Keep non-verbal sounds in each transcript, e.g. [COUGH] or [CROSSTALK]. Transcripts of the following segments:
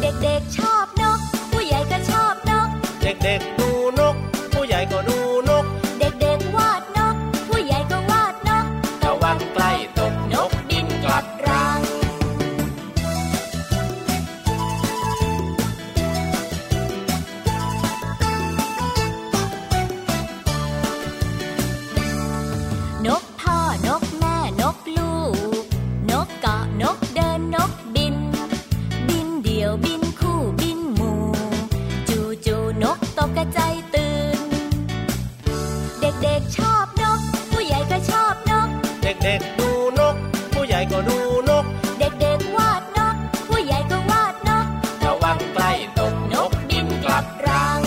เด็กๆชอบนก ผู้ใหญ่ก็ชอบนก เด็กๆดูนก ผู้ใหญ่ก็ดูนก เด็กๆวาดนก ผู้ใหญ่ก็วาดนก ตะวันใกล้ตกนกบินกลับรัง นกพ่อนกแม่นกลูก นกเกาะนกเดินนกบิน บินเดี่ยวบินคู่บินหมู่ จูจูๆนกตกกระจายตื่น เด็กๆชอบนก ผู้ใหญ่ก็ชอบนก เด็กๆดูนก ผู้ใหญ่ก็ดูนก เด็กๆวาดนก ผู้ใหญ่ก็วาดนก ตะวันใกล้ตกนกบินกลับรัง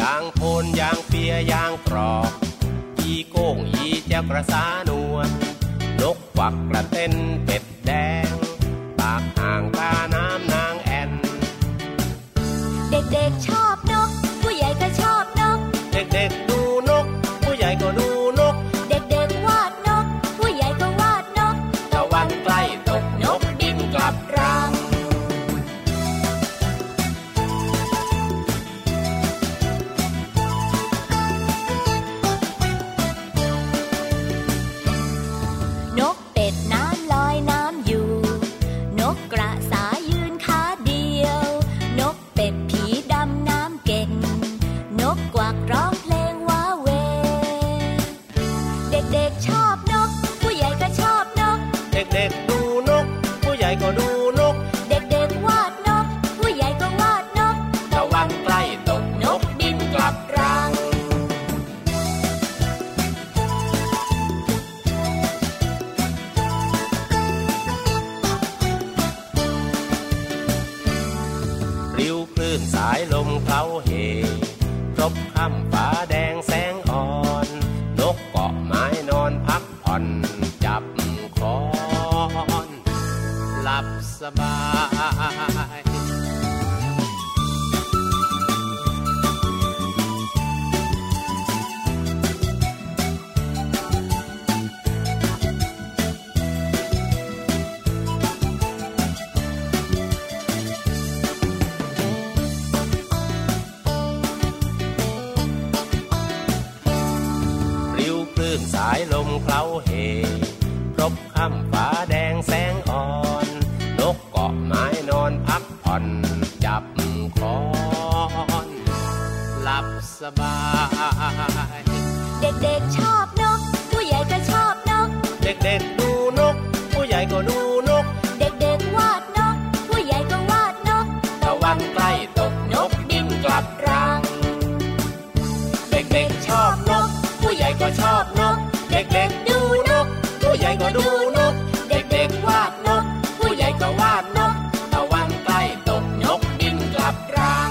ยางโพนยางเปียยางกรอก อีโก้งอีแจ้วกระสาหนวลนกควักกระเต้นเป็ดแดง ปากห่างตาน้ำนางแอน เด็กๆชอบนก ผู้ใหญ่ก็ชอบนก เด็กๆดูนก ผู้ใหญ่ก็ดูนก เด็กๆวาดนก ผู้ใหญ่ก็วาดนก ตะวันใกล้ตกนกบินกลับรัง นกเป็ดน้ำลอยน้ำอยู่ นกกระสายืนขาเดียว นกเป็ดผีดำน้ำเก่ง นกกวักร้องเพลงว้าเหวเด็กๆชอบนก ผู้ใหญ่ก็ชอบนก เด็กๆดูนก ผู้ใหญ่ก็ดูนก เด็กๆวาดนก ผู้ใหญ่ก็วาดนก ตะวันใกล้ตกนกบินกลับรัง ริ้วคลื่นสายลมเคล้าเหครบค่ำฟ้าแดงแสงอ่อน นกเกาะไม้นอนพักผ่อน จับคอน หลับสบาย ริ้วคลื่นสายลมเคล้าเหครบค่ำฟ้าแดงแสงอ่อน นกเกาะไม้นอนพักผ่อน จับคอน หลับสบาย เด็กๆชอบนก ผู้ใหญ่ก็ชอบนก เด็กๆดูนก ผู้ใหญ่ก็ดูนก เด็กๆวาดนก ผู้ใหญ่ก็วาดนก ตะวันใกล้ตกนกบินกลับรัง เด็กๆชอบนก ผู้ใหญ่ก็ชอบนก เด็กๆดูนก ผู้ใหญ่ก็ดูนก เด็กๆวาดนก ผู้ใหญ่ก็วาดนก ตะวันใกล้ตกนกบินกลับรัง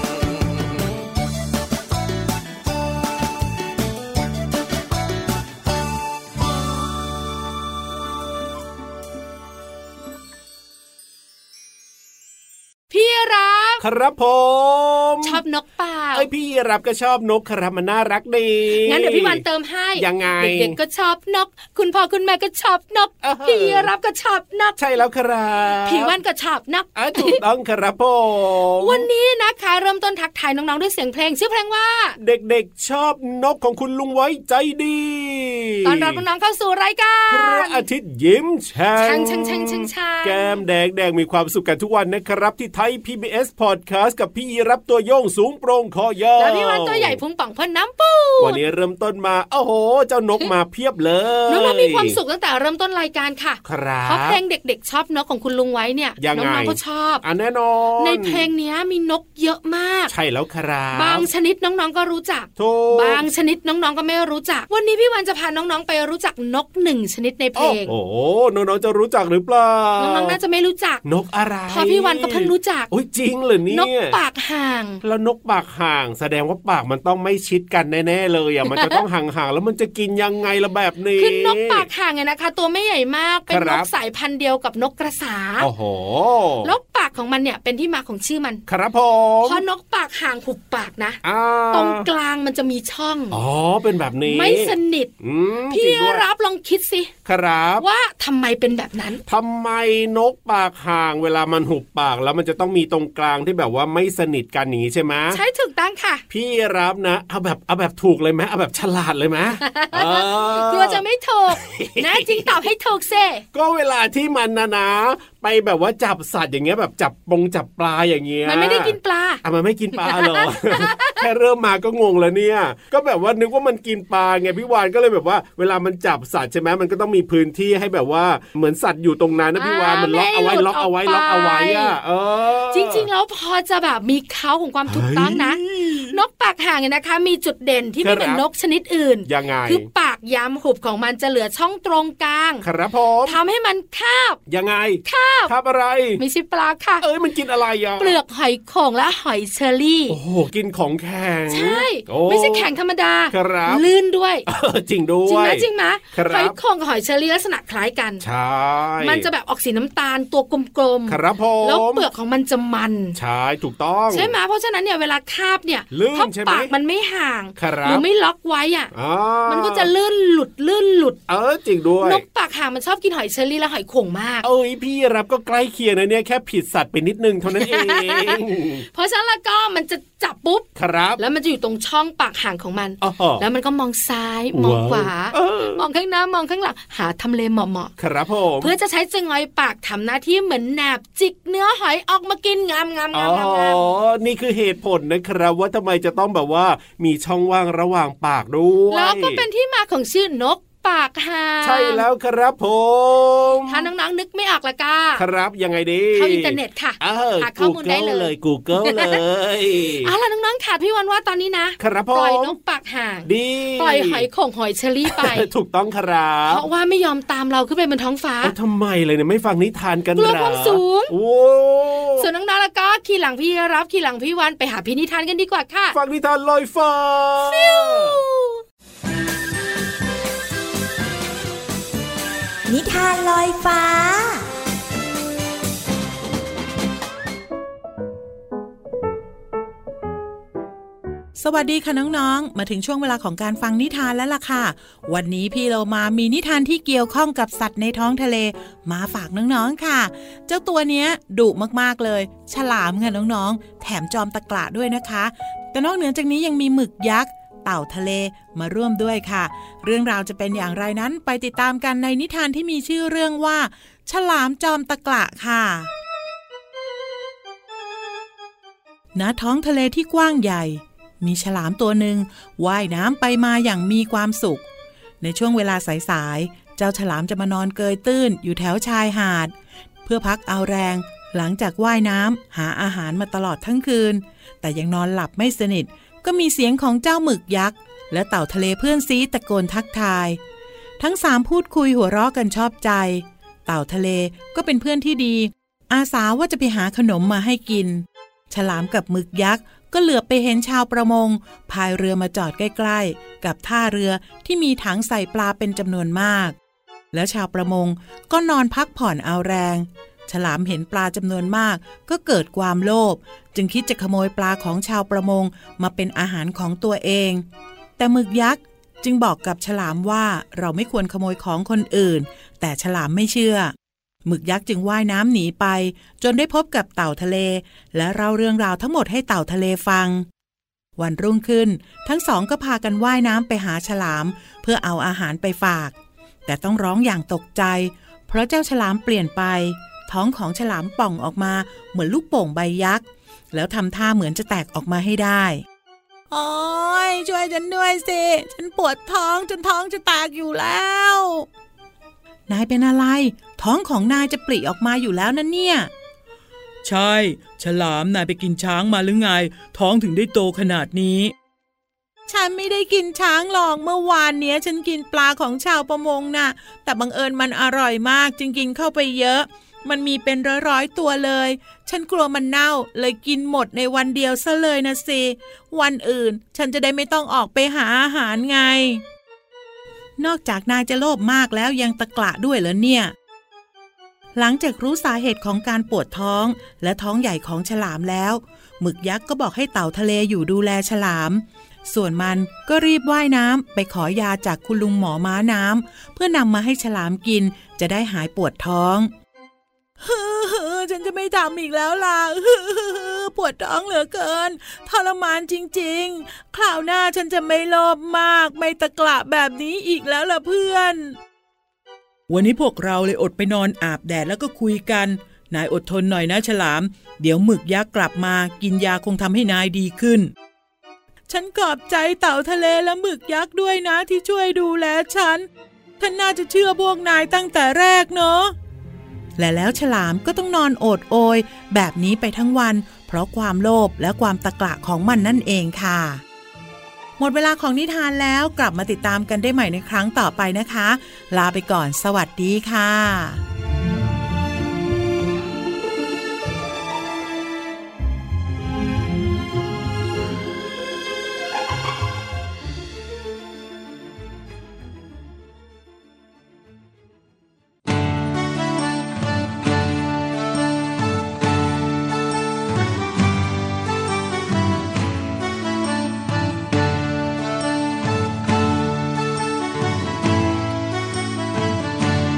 พี่รับ ครับผม ชอบนกเปล่า เอ้ยพี่รับก็ชอบนกครับมันน่ารักดี งั้นเดี๋ยวพี่วันเติมให้ ยังไง เด็กๆก็ชอบนก คุณพ่อคุณแม่ก็ชอบนก เออ พี่รับก็ชอบนก ใช่แล้วครับ พี่วันก็ชอบนก อ่ะถูกต้องครับผม วันนี้นะคะเริ่มต้นทักทายน้องๆด้วยเสียงเพลงชื่อเพลงว่า เด็กๆชอบนกของคุณลุงไว้ใจดี ตอนรับน้องๆเข้าสู่รายกา พ ร ระอาทิตย์ยิ้มแฉ่ แฉ่งแฉ่งแฉ่งแฉ่งแฉ่ง แก้มแดงแดงมีความสุขกันทุกวันนะครับ ที่ไทย PBS Podcast กับพี่ยีรับตัวโยงสูงโปร่งคอยาว แล้วพี่วันตัวใหญ่พุงป่องพ่นน้ำปู วันนี้เริ่มต้นมาโอ้โห เจ้านกมาเพียบเลย น้องๆมีความสุขตั้งแต่เริ่มต้นรายการค่ะ ครั เพราะเพล บ งเด็กๆชอบนกของคุณลุงไว้เนี่ย ยังไง น้องๆก็ชอบ อันแน่นอน ในเพลงเนี้ยมีนกเยอะมาก ใช่แล้วครับ บางชนิดน้องๆก็รู้จัก ถูก บางชนิดน้องๆก็ไม่รู้จัก วันนี้พี่วันจะพาน้องๆไปรู้จักนกหนึ่งชนิดในเพล โอ้ ง โหน้องๆจะรู้จักหรือเปล่า น้องๆน่าจะไม่รู้จัก นกอะไร พอพี่วันก็เพิ่งรู้จัก โอ้ยจริงเหรอเนี่ย นกปากห่าง แล้วนกปากห่างแสดงว่าปากมันต้องไม่ชิดกันแน่ๆเลยอ่ะ มันจะต้องห่างๆแล้วมันจะกินยังไงละแบบนี้ คือนกปากห่างเนี่ยนะคะ ตัวไม่ใหญ่มาก เป็น คน รับ กสายพันธุ์เดียวกับนกกระสา โอ้โห นกปากของมันเนี่ยเป็นที่มาของชื่อมัน ครับผม เพราะนกปากห่างหุบปากนะ อ่า ตรงกลางมันจะมีช่อง อ๋อเป็นแบบนี้ ไม่สนิท อืมจ พี่ ริงด้วย รับลองคิดสิ ครับ ว่าทำไมเป็นแบบนั้น ทำไมนกปากห่างเวลามันหุบปากแล้วมันจะต้องมีตรงกลางที่แบบว่าไม่สนิทกันอย่างนี้ใช่ไหม ใช้ถูกต้องค่ะ พี่รับนะเอาแบบเอาแบบถูกเลยไหมเอาแบบฉลาดเลยไหม เออ กลัวจะไม่ถู [LAUGHS] ก นะจริงตอบให้ถูกเซ ก็เวลาที่มันนะนะ ไปแบบว่าจับสัตว์อย่างเงี้ยแบบจับปงจับปลาอย่างเงี้ย มันไม่ได้กินปลา อ่ะมันไม่กินปลาเหรอ [LAUGHS] แค่เริ่มมาก็งงแล้วเนี่ย ก็แบบว่านึกว่ามันกินปลาไงพี่วานก็เลยแบบว่า เวลามันจับสัตว์ใช่ไหมมันก็ต้องมีพื้นที่ให้แบบว่าเหมือนสัตว์อยู่ตรงนั้นนะพี่วาน อ่า มันล็อกเอาไว้ ไม่ให้ ล็อกเอาไว้ หลุ ล็อ ด ก อ เอา อกไป ไว้อะเออ จริง ๆ แล้วพอจะแบบมีเขาของความถูกต้องนะ นกปากห่างเนี่ยนะคะ มีจุดเด่นที่ไม่เหมือนนกชนิดอื่น ยังไง คือปากยามหุบของมันจะเหลือช่องตรงกลาง ครับผม ทำให้มันคาบ ยังไง คาบ ทับอะไร ไม่ใช่ปลาค่ะ เอ้ยมันกินอะไรอ่ะ เปลือกหอยโข่งและหอยเชอรี่ โอ้โหกินของแข็ง ใช่ โอ้ ไม่ใช่แข็งธรรมดา ครับ ลื่นด้วย เออจริงด้ จริง ว ไหม ย จริงไหม ครับ หอยโข่งกับหอยเชอรี่ลักษณะคล้ายกัน ใช่ มันจะแบบออกสีน้ำตาลตัวกลม ครับผ ๆ ม แล้วเปลือกของมันจะมัน ใช่ถูกต้อง ใช่ไหมเพราะฉะนั้นเนี่ยเวลาคาบเนี่ย ลื่น ถ้า ใช่ไหม ปากมันไม่ห่าง ครับ หรือไม่ล็อกไว้อ่ะ อ่า มันก็จะลื่นหลุดลื่นหลุด เออจริงด้วย นกปากห่างมันชอบกินหอยเชอรี่และหอยโข่งมาก เอ้ยพี่รับก็ใกล้เคียงนะเนี่ยแค่ผิดสัตว์ไปนิดนึงเท่านั้นเอง เพราะฉะนั้นแล้วก็มันจะจับปุ๊บ ครับ แล้วมันจะอยู่ตรงช่องปากห่างของมัน อ๋อ แล้วมันก็มองซ้ายมอง ว้าขวาวเออ มองข้างหน้ามองข้างหลังหาทำเลเหมาะ ครับผม ๆเพื่อจะใช้จงอยปากทำหน้าที่เหมือนแหนบจิกเนื้อหอยออกมากินงามงาม อ๋ งา อ มงามงาม นี่คือเหตุผลนะครับ ว่าทำไมจะต้องแบบว่ามีช่องว่างระหว่างปากด้วย แล้วก็เป็นที่มาของชื่อนกปากห่าง ใช่แล้วครับผม ถ้าน้องๆนึกไม่ออกละก็ ครับยังไงดี เข้าอินเทอร์เน็ตค่ะ เออ หาข้อมูลได้ Google เลย เลย Google เลย เอาล่ะน้องๆค่ะพี่วันว่าตอนนี้นะครับ ผ ป ม ล่อยนกปากห่าง ดี ปล่อยหอยโข่งหอยเชอรี่ไป ถูกต้องครับ เพราะว่าไม่ยอมตามเราขึ้นไปบนท้องฟ้า เอ้าทำไมเลยเนี่ยไม่ฟังนิทานกัน กลัว เหรอ ความสูง โอ้ ส่วนน้องๆแล้วก็ขี่หลังพี่รับขี่หลังพี่วันไปหาพี่นิทานกันดีกว่าค่ะ ฟังนิทานลอยฟ้า นิทานลอยฟ้า สวัสดีค่ะน้องๆ มาถึงช่วงเวลาของการฟังนิทานแล้วล่ะค่ะ วันนี้พี่เรามามีนิทานที่เกี่ยวข้องกับสัตว์ในท้องทะเล มาฝากน้องๆค่ะ เจ้าตัวเนี้ยดุมากๆเลย ฉลามค่ะน้องๆ แถมจอมตะกละด้วยนะคะ แต่นอกเหนือจากนี้ยังมีหมึกยักษ์ เต่าทะเลมาร่วมด้วยค่ะ เรื่องราวจะเป็นอย่างไรนั้นไปติดตามกันในนิทานที่มีชื่อเรื่องว่า ฉลามจอมตะกละค่ะ ณท้องทะเลที่กว้างใหญ่ มีฉลามตัวหนึ่งว่ายน้ำไปมาอย่างมีความสุข ในช่วงเวลาสายๆ เจ้าฉลามจะมานอนเกยตื้นอยู่แถวชายหาด เพื่อพักเอาแรง หลังจากว่ายน้ำหาอาหารมาตลอดทั้งคืน แต่ยังนอนหลับไม่สนิท ก็มีเสียงของเจ้าหมึกยักษ์ และเต่าทะเลเพื่อนซีตะโกนทักทาย ทั้งสามพูดคุยหัวเราะกันชอบใจ เต่าทะเลก็เป็นเพื่อนที่ดี อาสาว่าจะไปหาขนมมาให้กิน ฉลามกับหมึกยักษ์ก็เหลือบไปเห็นชาวประมงพายเรือมาจอดใกล้ๆ กับท่าเรือที่มีถังใส่ปลาเป็นจำนวนมาก แล้วชาวประมงก็นอนพักผ่อนเอาแรง ฉลามเห็นปลาจำนวนมาก ก็เกิดความโลภจึงคิดจะขโมยปลาของชาวประมงมาเป็นอาหารของตัวเอง แต่หมึกยักษ์จึงบอกกับฉลามว่าเราไม่ควรขโมยของคนอื่น แต่ฉลามไม่เชื่อ หมึกยักษ์จึงว่ายน้ำหนีไป จนได้พบกับเต่าทะเล และเล่าเรื่องราวทั้งหมดให้เต่าทะเลฟัง วันรุ่งขึ้น ทั้งสองก็พากันว่ายน้ำไปหาฉลาม เพื่อเอาอาหารไปฝาก แต่ต้องร้องอย่างตกใจ เพราะเจ้าฉลามเปลี่ยนไป ท้องของฉลามป่องออกมาเหมือนลูกโป่งใบยักษ์ แล้วทำท่าเหมือนจะแตกออกมาให้ได้ โอ้ยช่วยฉันด้วยสิ ฉันปวดท้องจนท้องจะแตกอยู่แล้ว นายเป็นอะไร ท้องของนายจะปริออกมาอยู่แล้วนะเนี่ย ใช่ ฉลามนายไปกินช้างมาหรือไง ท้องถึงได้โตขนาดนี้ ฉันไม่ได้กินช้างหรอกเมื่อวานเนี้ย ฉันกินปลาของชาวประมงนะ่ะ แต่บังเอิญมันอร่อยมากจึงกินเข้าไปเยอะ มันมีเป็นร้อยๆตัวเลย ฉันกลัวมันเน่าเลยกินหมดในวันเดียวซะเลยนะสิ วันอื่นฉันจะได้ไม่ต้องออกไปหาอาหารไง นอกจากนายจะโลภมากแล้วยังตะกละด้วยเหรอเนี่ย หลังจากรู้สาเหตุของการปวดท้อง และท้องใหญ่ของฉลามแล้ว หมึกยักษ์ก็บอกให้เต่าทะเลอยู่ดูแลฉลาม ส่วนมันก็รีบว่ายน้ำไปขอยาจากคุณลุงหมอม้าน้ำเพื่อนำมาให้ฉลามกินจะได้หายปวดท้อง ฮือฮือฉันจะไม่ทำอีกแล้วล่ะฮือฮือฮือปวดท้องเหลือเกิน ทรมานจริงๆ คราวหน้าฉันจะไม่โลภมาก ไม่ตะกละแบบนี้อีกแล้วล่ะเพื่อน วันนี้พวกเราเลยอดไปนอนอาบแดดแล้วก็คุยกัน นายอดทนหน่อยนะฉลาม เดี๋ยวหมึกยักษ์กลับมา กินยาคงทำให้นายดีขึ้น ฉันขอบใจเต่าทะเลและหมึกยักษ์ด้วยนะที่ช่วยดูแลฉันท่านน่าจะเชื่อพวกนายตั้งแต่แรกเนาะ และแล้วฉลามก็ต้องนอนโอดโอย แบบนี้ไปทั้งวัน เพราะความโลภและความตะกละของมันนั่นเองค่ะ หมดเวลาของนิทานแล้วกลับมาติดตามกันได้ใหม่ในครั้งต่อไปนะคะ ลาไปก่อนสวัสดีค่ะ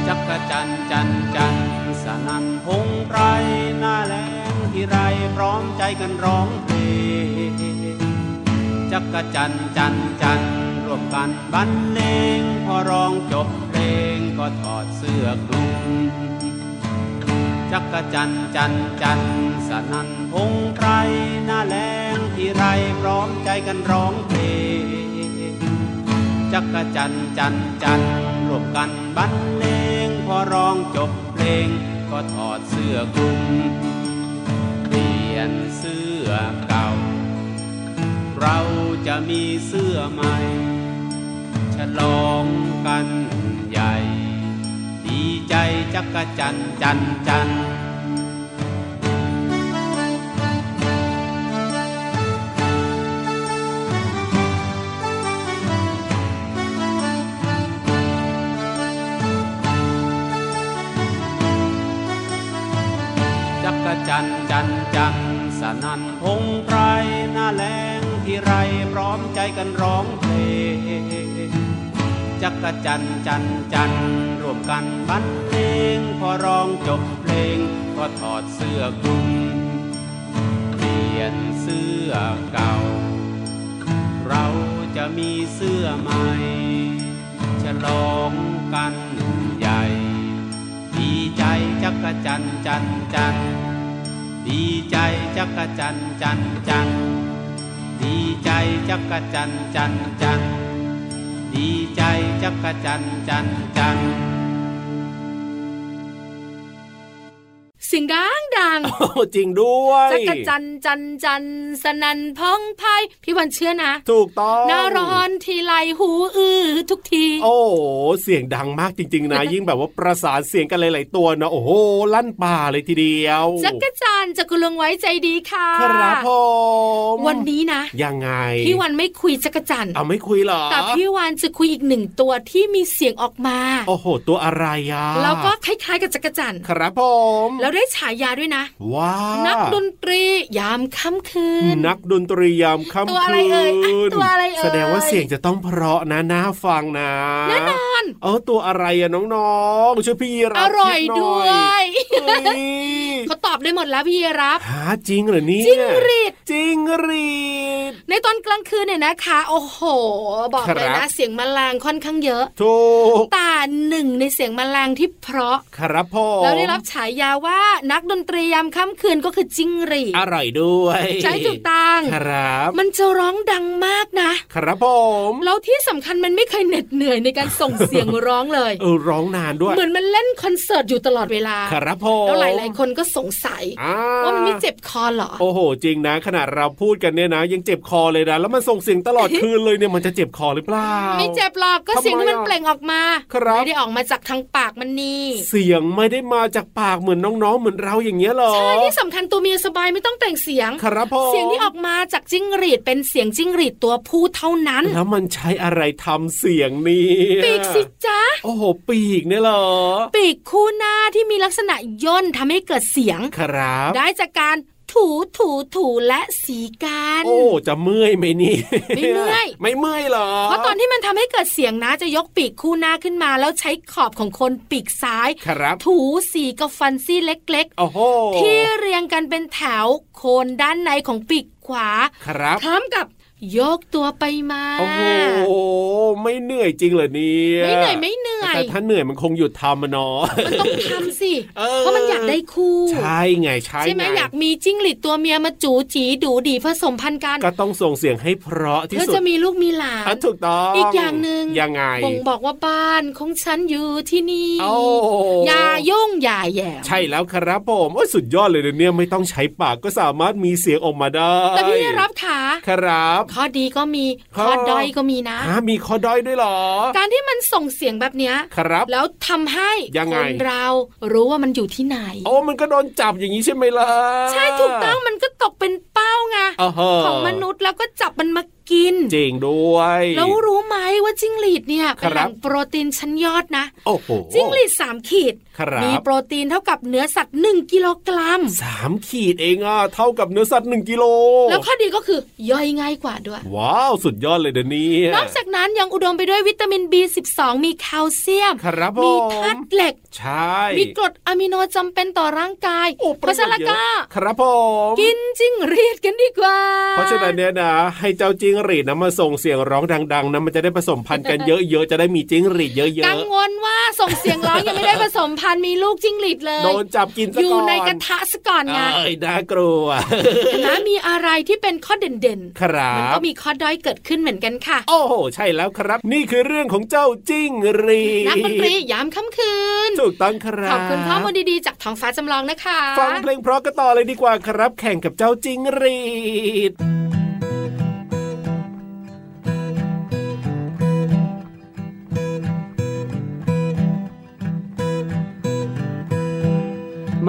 จักระจันจันจันสนันพงไพรหน้าแรงที่ไรพร้อมใจกันร้องเพลงจักระจันจันจันร่วมกันบรรเลงพอร้องจบเพลงก็ถอดเสื้อคลุมจักระจันจันจันสนันพงไพรหน้าแรงที่ไรพร้อมใจกันร้องเพลง จักจันจันจันรวมกันบรรเลงพอร้องจบเพลง ก็ถอดเสื้อคลุมเปลี่ยนเสื้อเก่า เราจะมีเสื้อใหม่ ฉลองกันใหญ่ ดีใจจักจันจันจัน จักกะจันจันจันสนันพงไพรหน้าแรงที่ไรพร้อมใจกันร้องเพลง จักกะจันจันจันรวมกันบรรเลงพอร้องจบเพลง ก็ถอดเสื้อคลุมเปลี่ยนเสื้อเก่า เราจะมีเสื้อใหม่ ฉลองกันใหญ่ ดีใจจักกะจันจันจัน ดีใจจักกะจันจันจัน ดีใจจักกะจันจันจัน ดีใจจักกะจันจันจัน เสียงดังดัง โอ้จริงด้วย จักรจันจันจันสนันพองไพยพี่วันเชื่อนะ ถูกต้อง หน้าร้อนทีไรหูอื้อทุกที โอ้โหเสียงดังมากจริง ๆ นะ ยิ่งแบบว่าประสานเสียงกันหลาย ๆ ตัวนะโอ้โห ลั่นป่าเลยทีเดียว จักรจันจักรลงไว้ใจดีค่ะ ครับผม วันนี้นะ ยังไง พี่วันไม่คุยจักรจัน เอาไม่คุยเหรอ แต่พี่วันจะคุยอีกหนึ่งตัวที่มีเสียงออกมา โอ้โห ตัวอะไรอ่ะ แล้วก็คล้าย ๆ กับจักรจัน ครับผม แล้วได้ฉายาด้วยนะ ว้า นั นั กดนตรียามค่ำคืน นักดนตรียามค่ำคืน ตัวอะไรเอ่ยอ่ะตัวอะไรเอ่ย แสดงว่าเสียงจะต้องเพราะนะน่าฟังนะ แน่นอน เออตัวอะไรอะน้องๆช่วยพี่รัอบร่อย คิหน่ ด้ว อย เฮ้ย เขา ตอบได้หมดแล้วพี่ยีรับ หาจริงเหรอเนี่ย จิ้งหรีด จิงหรีด ในตอนกลางคืนเนี่ยนะคะ โอ้โห บอก ครับ เลยนะเสียงแมลงค่อนข้างเยอะ ถูก แต่หนึ่งในเสียงแมลงที่เพราะ ครับพ่อ แล้วได้รับฉายาว่านักดนตรียามค่ำคืนก็คือจิ้งหรีด อร่อยด้วย ใช้ถูกตัง ครับ มันจะร้องดังมากนะ ครับผม แล้วที่สำคัญมันไม่เคยเหน็ดเหนื่อยในการส่งเสียง ร้องเลย เออร้องนานด้วย เหมือนมันเล่นคอนเสิร์ตอยู่ตลอดเวลา ครับผม แล้วหลาย ๆ คนก็สงสัย อ่า ว่ามันไม่เจ็บคอเหรอ โอ้โห จริงนะ ขนาดเราพูดกันเนี่ยนะ ยังเจ็บคอเลยนะ แล้วมันส่งเสียงตลอดคืนเลยเนี่ยมันจะเจ็บคอหรือเปล่า ไม่เจ็บหรอกก็ ทำไม เสียงที่มัน อ่ะ เปล่งออกมา ครับ ไม่ได้ออกมาจากทางปากมันนี่ เสียงไม่ได้มาจากปากเหมือนน้องๆ เหมือนเราอย่างเงี้ยหรอ ใช่ที่สำคัญตัวเมียสบายไม่ต้องเปล่งเสียง ครับพ่อ เสียงที่ออกมาจากจิ้งหรีดเป็นเสียงจิ้งหรีดตัวผู้เท่านั้น แล้วมันใช้อะไรทำเสียงนี่ ปีกสิจ๊ะ โอ้โห ปีกเนี่ยเหรอ ปีกคู่หน้าที่มีลักษณะย่นทำให้เกิดเสียง ครับ ได้จากการถูถูถูและสีกัน โอ้ จะเมื่อยไหมนี่ ไม่เมื่อย ไม่เมื่อยเหรอ เพราะตอนที่มันทำให้เกิดเสียงนะจะยกปีกคู่หน้าขึ้นมา แล้วใช้ขอบของคนปีกซ้าย ครับ ถูสีกับฟันซี่เล็ก โอ้โห ๆ ที่เรียงกันเป็นแถวโคนด้านในของปีกขวา ครับ พร้อมกับโยกตัวไปมา โอ้โห ไม่เหนื่อยจริงเหรอเนี่ย ไม่เหนื่อยไม่เหนื่อย แต่ถ้าเหนื่อยมันคงหยุดทำมันเนาะ มันต้องทำสิ เออ เพราะมันอยากได้คู่ ใช่ไงใช่ ใช่ไหม ง อยากมีจิ้งหรีดตัวเมียมาจูจีดูดีผสมพันธุ์กัน ก็ต้องส่งเสียงให้เพราะที่ เพื่อ สุด จะมีลูกมีหลาน อ่ะถูกต้อง อีกอย่างหนึ่ง ยังไง บ่งบอกว่าบ้านของฉันอยู่ที่นี่ โอ้ อย่ายุ่งอย่าแหย่ ใช่แล้วครับผมโอ้ยสุดยอดเลยเดี๋ยวเนี่ยไม่ต้องใช้ปากก็สามารถมีเสียงออกมาได้ แต่พี่รับขา ครับ ข้อดีก็มี ครับ ข้อด้อยก็มีนะ ฮะมีข้อด้อยด้วยเหรอ การที่มันส่งเสียงแบบเนี้ย ครับ แล้วทำให้ ยัง ค ไง นเรารู้ว่ามันอยู่ที่ไหน โอ้มันก็โดนจับอย่างนี้ใช่ไหมล่ะ ใช่ถูกต้องมันก็ตกเป็นเป้าไง อ่าฮะ ของมนุษย์แล้วก็จับมันมากิน จริงด้วย แล้วรู้ไหมว่าจิ้งหรีดเนี่ยเป็น ครับ แหล่งโปรตีนชั้นยอดนะ โอ้โห จิ้งหรีดสามขีด ครับ มีโปรตีนเท่ากับเนื้อสัตว์ 1 กิโลกรัม สามขีดเองอ่ะเท่ากับเนื้อสัตว์หนึ่งกิโล แล้วข้อดีก็คือย่อยง่ายกว่าด้วย ว้าวสุดยอดเลยเดี๋ยวนี้ นอกจากนั้นยังอุดมไปด้วยวิตามิน B12 มีแคลเซียม ครับผ มี ม ธาตุเหล็ก ใช่ มีกรดอะมิโนจำเป็นต่อร่างกาย โอ้ เพราะฉะนั้น ปโยช ก็ เยอะครับผม กินจิ้งหรีดกันดีกว่า เพราะฉะนั้นเนี่ยนะให้เจ้าจิ้งหรีดนะมาส่งเสียงร้องดังๆนะมันจะได้ผสมพันธุ์กันเยอะๆจะได้มีจิ้งหรีดเยอะ กังวลว่าส่งเสียงร้องยังไม่ได้ผสมพันธุ์มีลูกจิ้งหรีดเล ๆโด ย นจับกินซะ อยู่ ก่อน ในกระทะซะก่อนไง เอ้ยน่ากลัว แต่นะมีอะไรที่เป็นข้อเด่น ครั ๆ มั บ ก็มีข้อด้อยเกิดขึ้นเหมือนกันค่ะ โอ้โหใช่แล้วครับ นี่คือเรื่องของเจ้าจิ้งหรีด นักดนตรียามค่ำคืน ถูกต้องครับ ขอบคุณข้อมูลดีๆ จากท้องฟ้าจำลองนะคะ ฟังเพลงเพราะกันต่อเลยดีกว่าครับ แข่งกับเจ้าจิงหรีด แม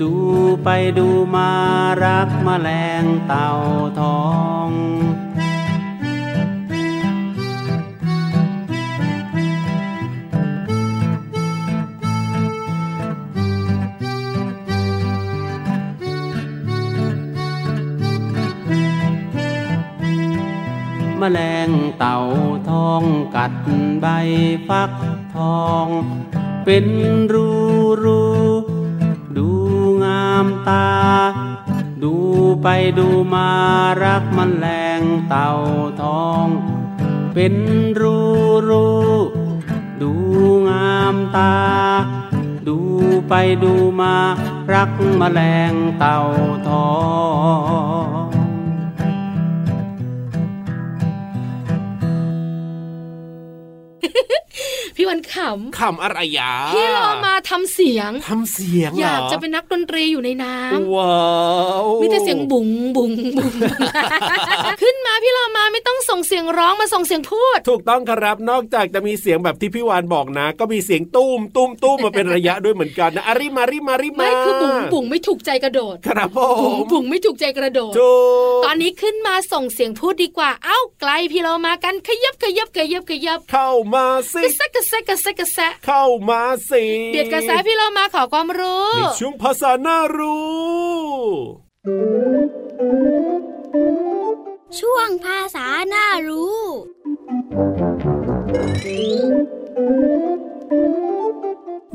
ดูไปดูมารักแมลงเต่าทอง แมลงเต่าทองกัดใบฟักทอง เป็นรูรูดูงามตา ดูไปดูมารักแมลงเต่าทอง เป็นรูรูดูงามตา ดูไปดูมารักแมลงเต่าทอง พี่ วันข คำอะไรยา ำพี่โลมาทำเสียง ทำเสียงเหร อยากจะเป็นนักดนตรีอยู่ในน้ำ ว้าว มีแต่เสียงบุ๋งบุ๋งบุ๋ง [LAUGHS] ขึ้นมาพี่โลมาไม่ต้องส่งเสียงร้องมาส่งเสียงพูด ถูกต้องครับนอกจากจะมีเสียงแบบที่พี่วานบอกนะ ก็มีเสียงตุ้มตุ้มตุ้มมาเป็นระยะด้วยเหมือนกันนะอะรีบมารีบมารีบมา ไม่คือบุ๋งบุ๋งไม่ถูกใจกระโดด ครับผ บุ๋ง ม บุ๋งไม่ถูกใจกระโดด จู ตอนนี้ขึ้นมาส่งเสียงพูดดีกว่า เอ้าไกลพี่โลมากันขยับขยับขยับขยับ เข้ามาสิ กระแซะกระแซะกระแซะกระแซะ เข้ามาสิ เบียดกระแซะพี่โลมาขอความรู้ ในช่วงภาษาน่ารู้ ช่วงภาษาหน้ารู้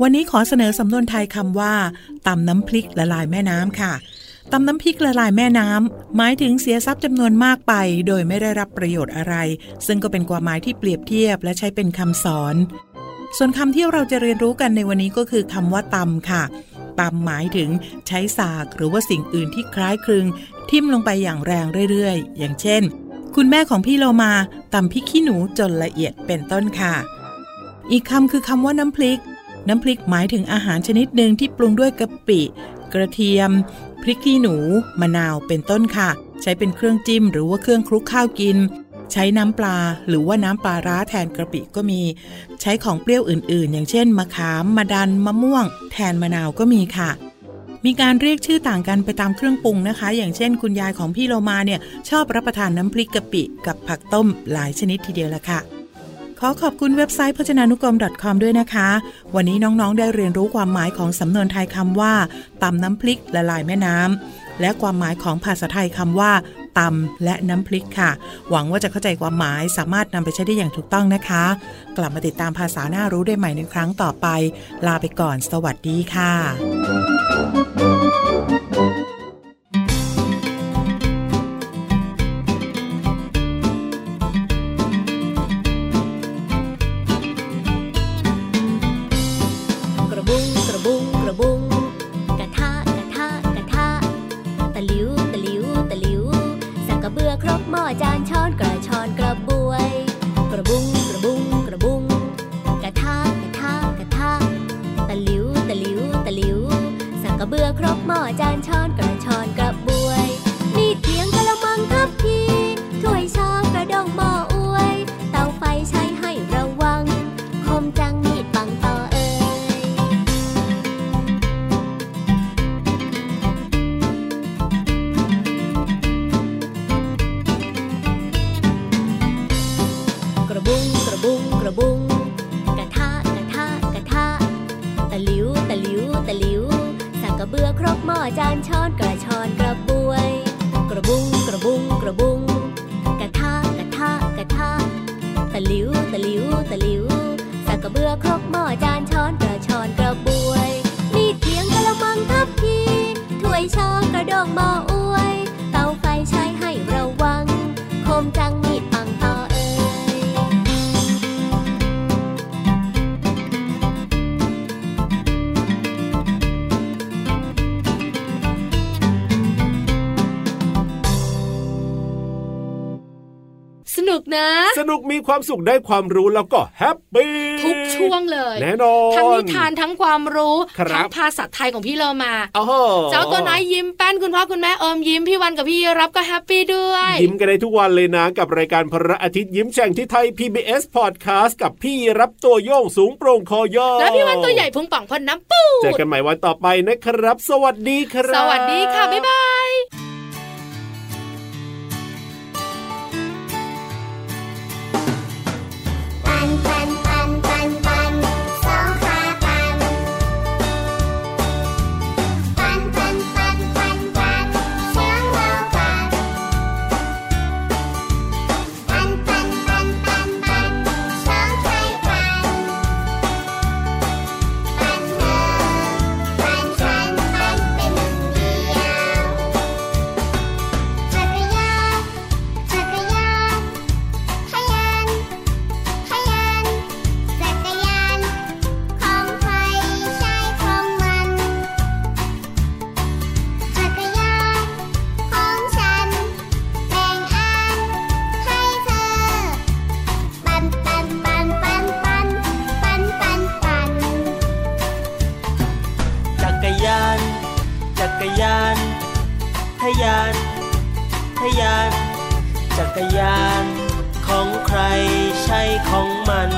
วันนี้ขอเสนอสำนวนไทยคำว่าตำน้ำพริกละลายแม่น้ำค่ะตำน้ำพริกละลายแม่น้ำหมายถึงเสียทรัพย์จำนวนมากไป โดยไม่ได้รับประโยชน์อะไร ซึ่งก็เป็นความหมายที่เปรียบเทียบและใช้เป็นคำสอน ส่วนคำที่เราจะเรียนรู้กันในวันนี้ก็คือคำว่าตำค่ะตำหมายถึงใช้สากหรือว่าสิ่งอื่นที่คล้ายคลึง ทิ่มลงไปอย่างแรงเรื่อยๆ อย่างเช่น คุณแม่ของพี่โลมาตำพริกขี้หนูจนละเอียดเป็นต้นค่ะ อีกคำคือคำว่าน้ำพริก น้ำพริกหมายถึงอาหารชนิดหนึ่งที่ปรุงด้วยกะปิ กระเทียม พริกขี้หนู มะนาวเป็นต้นค่ะ ใช้เป็นเครื่องจิ้มหรือว่าเครื่องคลุกข้าวกิน ใช้น้ำปลาหรือว่าน้ำปลาร้าแทนกะปิก็มี ใช้ของเปรี้ยวอื่นๆ อย่างเช่น มะขาม มะดัน มะม่วง แทนมะนาวก็มีค่ะ มีการเรียกชื่อต่างกันไปตามเครื่องปรุงนะคะ อย่างเช่น คุณยายของพี่โลมาเนี่ยชอบรับประทานน้ำพริกกะปิ กับผักต้มหลายชนิดทีเดียวละค่ะ ขอขอบคุณเว็บไซต์พจนานุกรม .com ด้วยนะคะ วันนี้น้องๆ ได้เรียนรู้ความหมายของสำนวนไทยคำว่าตำน้ำพริกละลายแม่น้ำและความหมายของภาษาไทยคำว่าตำและน้ำพริกค่ะ หวังว่าจะเข้าใจความหมายสามารถนำไปใช้ได้อย่างถูกต้องนะคะ กลับมาติดตามภาษาหน้ารู้ได้ใหม่ในครั้งต่อไป ลาไปก่อน สวัสดีค่ะ กระบุงกระบุงกระบุง กระทะกระทะกระทะตะหลิวตะหลิวตะหลิว สักกระเบือครกหม้อจานช้อนกระชอนกระบวย กระบุงกระบุงกระบุง กระทะกระทะกระทะตะหลิวตะหลิวตะหลิว สักกระเบือครกหม้อจานช้อนกระชอนกระบวย มีดเขียงกระมังทัพพีถ้วยชามกระดองหม้ออวย เตาไฟใช้ให้ระวัง คมจังมีดปังต่อเอ่ย กระบุงกระบุงกระบุง กระทะกระทะกระทะตะหลิวตะหลิวตะหลิว สักกระเบือครกหม้อจานช้อนกระชอนกระบวย กระบุงกระบุงกระบุง กระทะกระทะกระทะตะหลิวตะหลิวตะหลิว สักกระเบือครกหม้อจานช้อนกระชอนกระบวย มีดเขียงกระมังทัพพีถ้วยช้อนกระดองหม้ออวย เตาไฟใช้ให้ระวัง คมจังมีดปังต่อเอ่ย สนุกนะ สนุกมีความสุขได้ความรู้แล้วก็แฮปปี้ ทุกช่วงเลย แน่นอน ทั้งนิทานทั้งความรู้ ครับ ทั้งภาษาไทยของพี่เรามา โอ้โห เจ้าตัวน้อยยิ้มแป้นคุณพ่อคุณแม่เอิมยิ้มพี่วันกับพี่รับก็แฮปปี้ด้วย ยิ้มกันได้ทุกวันเลยนะ กับรายการพระอาทิตย์ยิ้มแฉ่งที่ไทย PBS Podcast กับพี่รับตัวโยงสูงโปร่งคอยอ แล้วพี่วันตัวใหญ่พุงป่องพ่นน้ำปูด เจอกันใหม่วันต่อไปนะครับ สวัสดีครับ สวัสดีค่ะ บ๊ายบาย ปันปันปันปันปันสองขาปัน ปันปันปันปันปันเสียงเราปัน ปันปันปันปันปันสองไทยปัน ปันหนึ่งปันฉันปันเป็นหนึ่งเดียว รยาน จักรยานของใครใช่ของมัน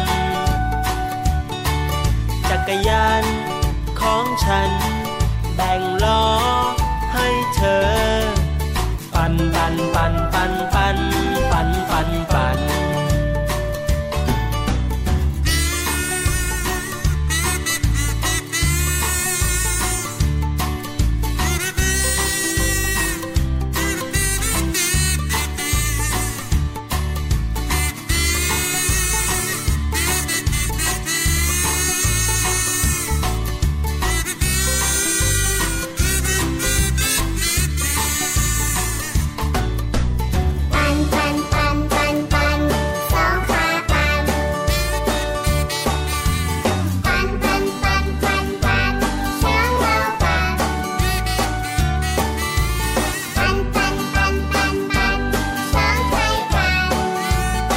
จักรยานของฉัน แบ่งล้อให้เธอ ปั่นปั่นปั่นปั่นปั่นปั่นปั่นปั่น ปันปันปันปันปันสองขาปัน ปันปันปันปันปันเชือกเราปัน ปันปันปันปันปันสองไข่ปัน ปันเธอ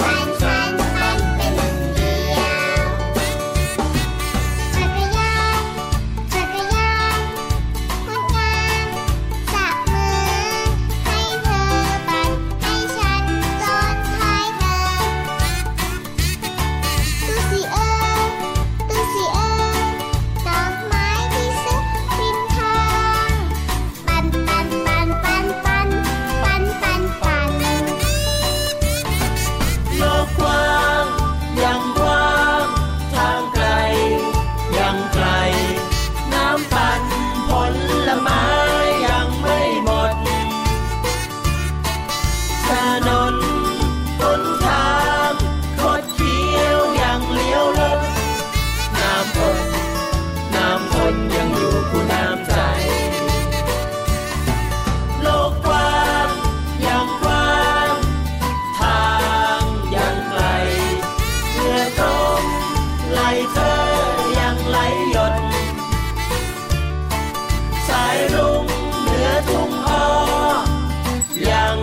ปันฉันปันเป็นหนึ่งเดียวจักรยานจักรยานงดงาม จับมือให้เธอปั่นให้ฉันซ้อนท้ายเธอดูสิเออดูสิเออดอกไม้ที่ซื้อริมทางปั่นปั่นปั่นปั่นปั่นปั่นปั่นปั่น โลกกว้างยังกว้างทางไกล ยังไกล น้ำปั่นผลไม้ยังไม่หมดถนนหนทางคดเคี้ยวยังเลี้ยวรถน้ำพนน้ำพนยังอยู่คู่น้ำใจ โลกกว้างยังกว้าง ทางยังไกลเรือตรงไหลเธอยังไหลหยด สายรุ้งเหนือทุ่งอ้อยัง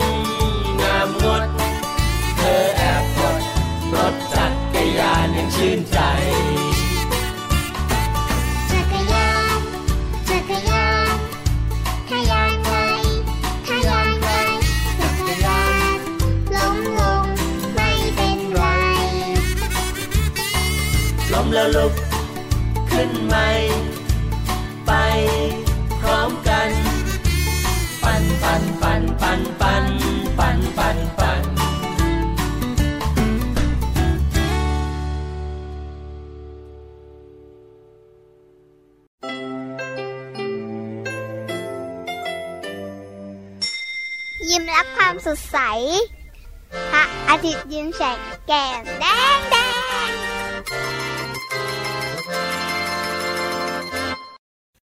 งามงด เธอแอบกดรถจักรยานยังชื่นใจ จักรยาน จักรยานทะยานไกลทะยานไกลจักรยานล้มลงไม่เป็นไร ล้มแล้วลุกขึ้นใหม่ ไปพร้อมกัน ปันปันปันปันปันปันปันปัน ยิ้มรับความสดใส พระอาทิตย์ยิ้มแฉกแก้มแดงแดง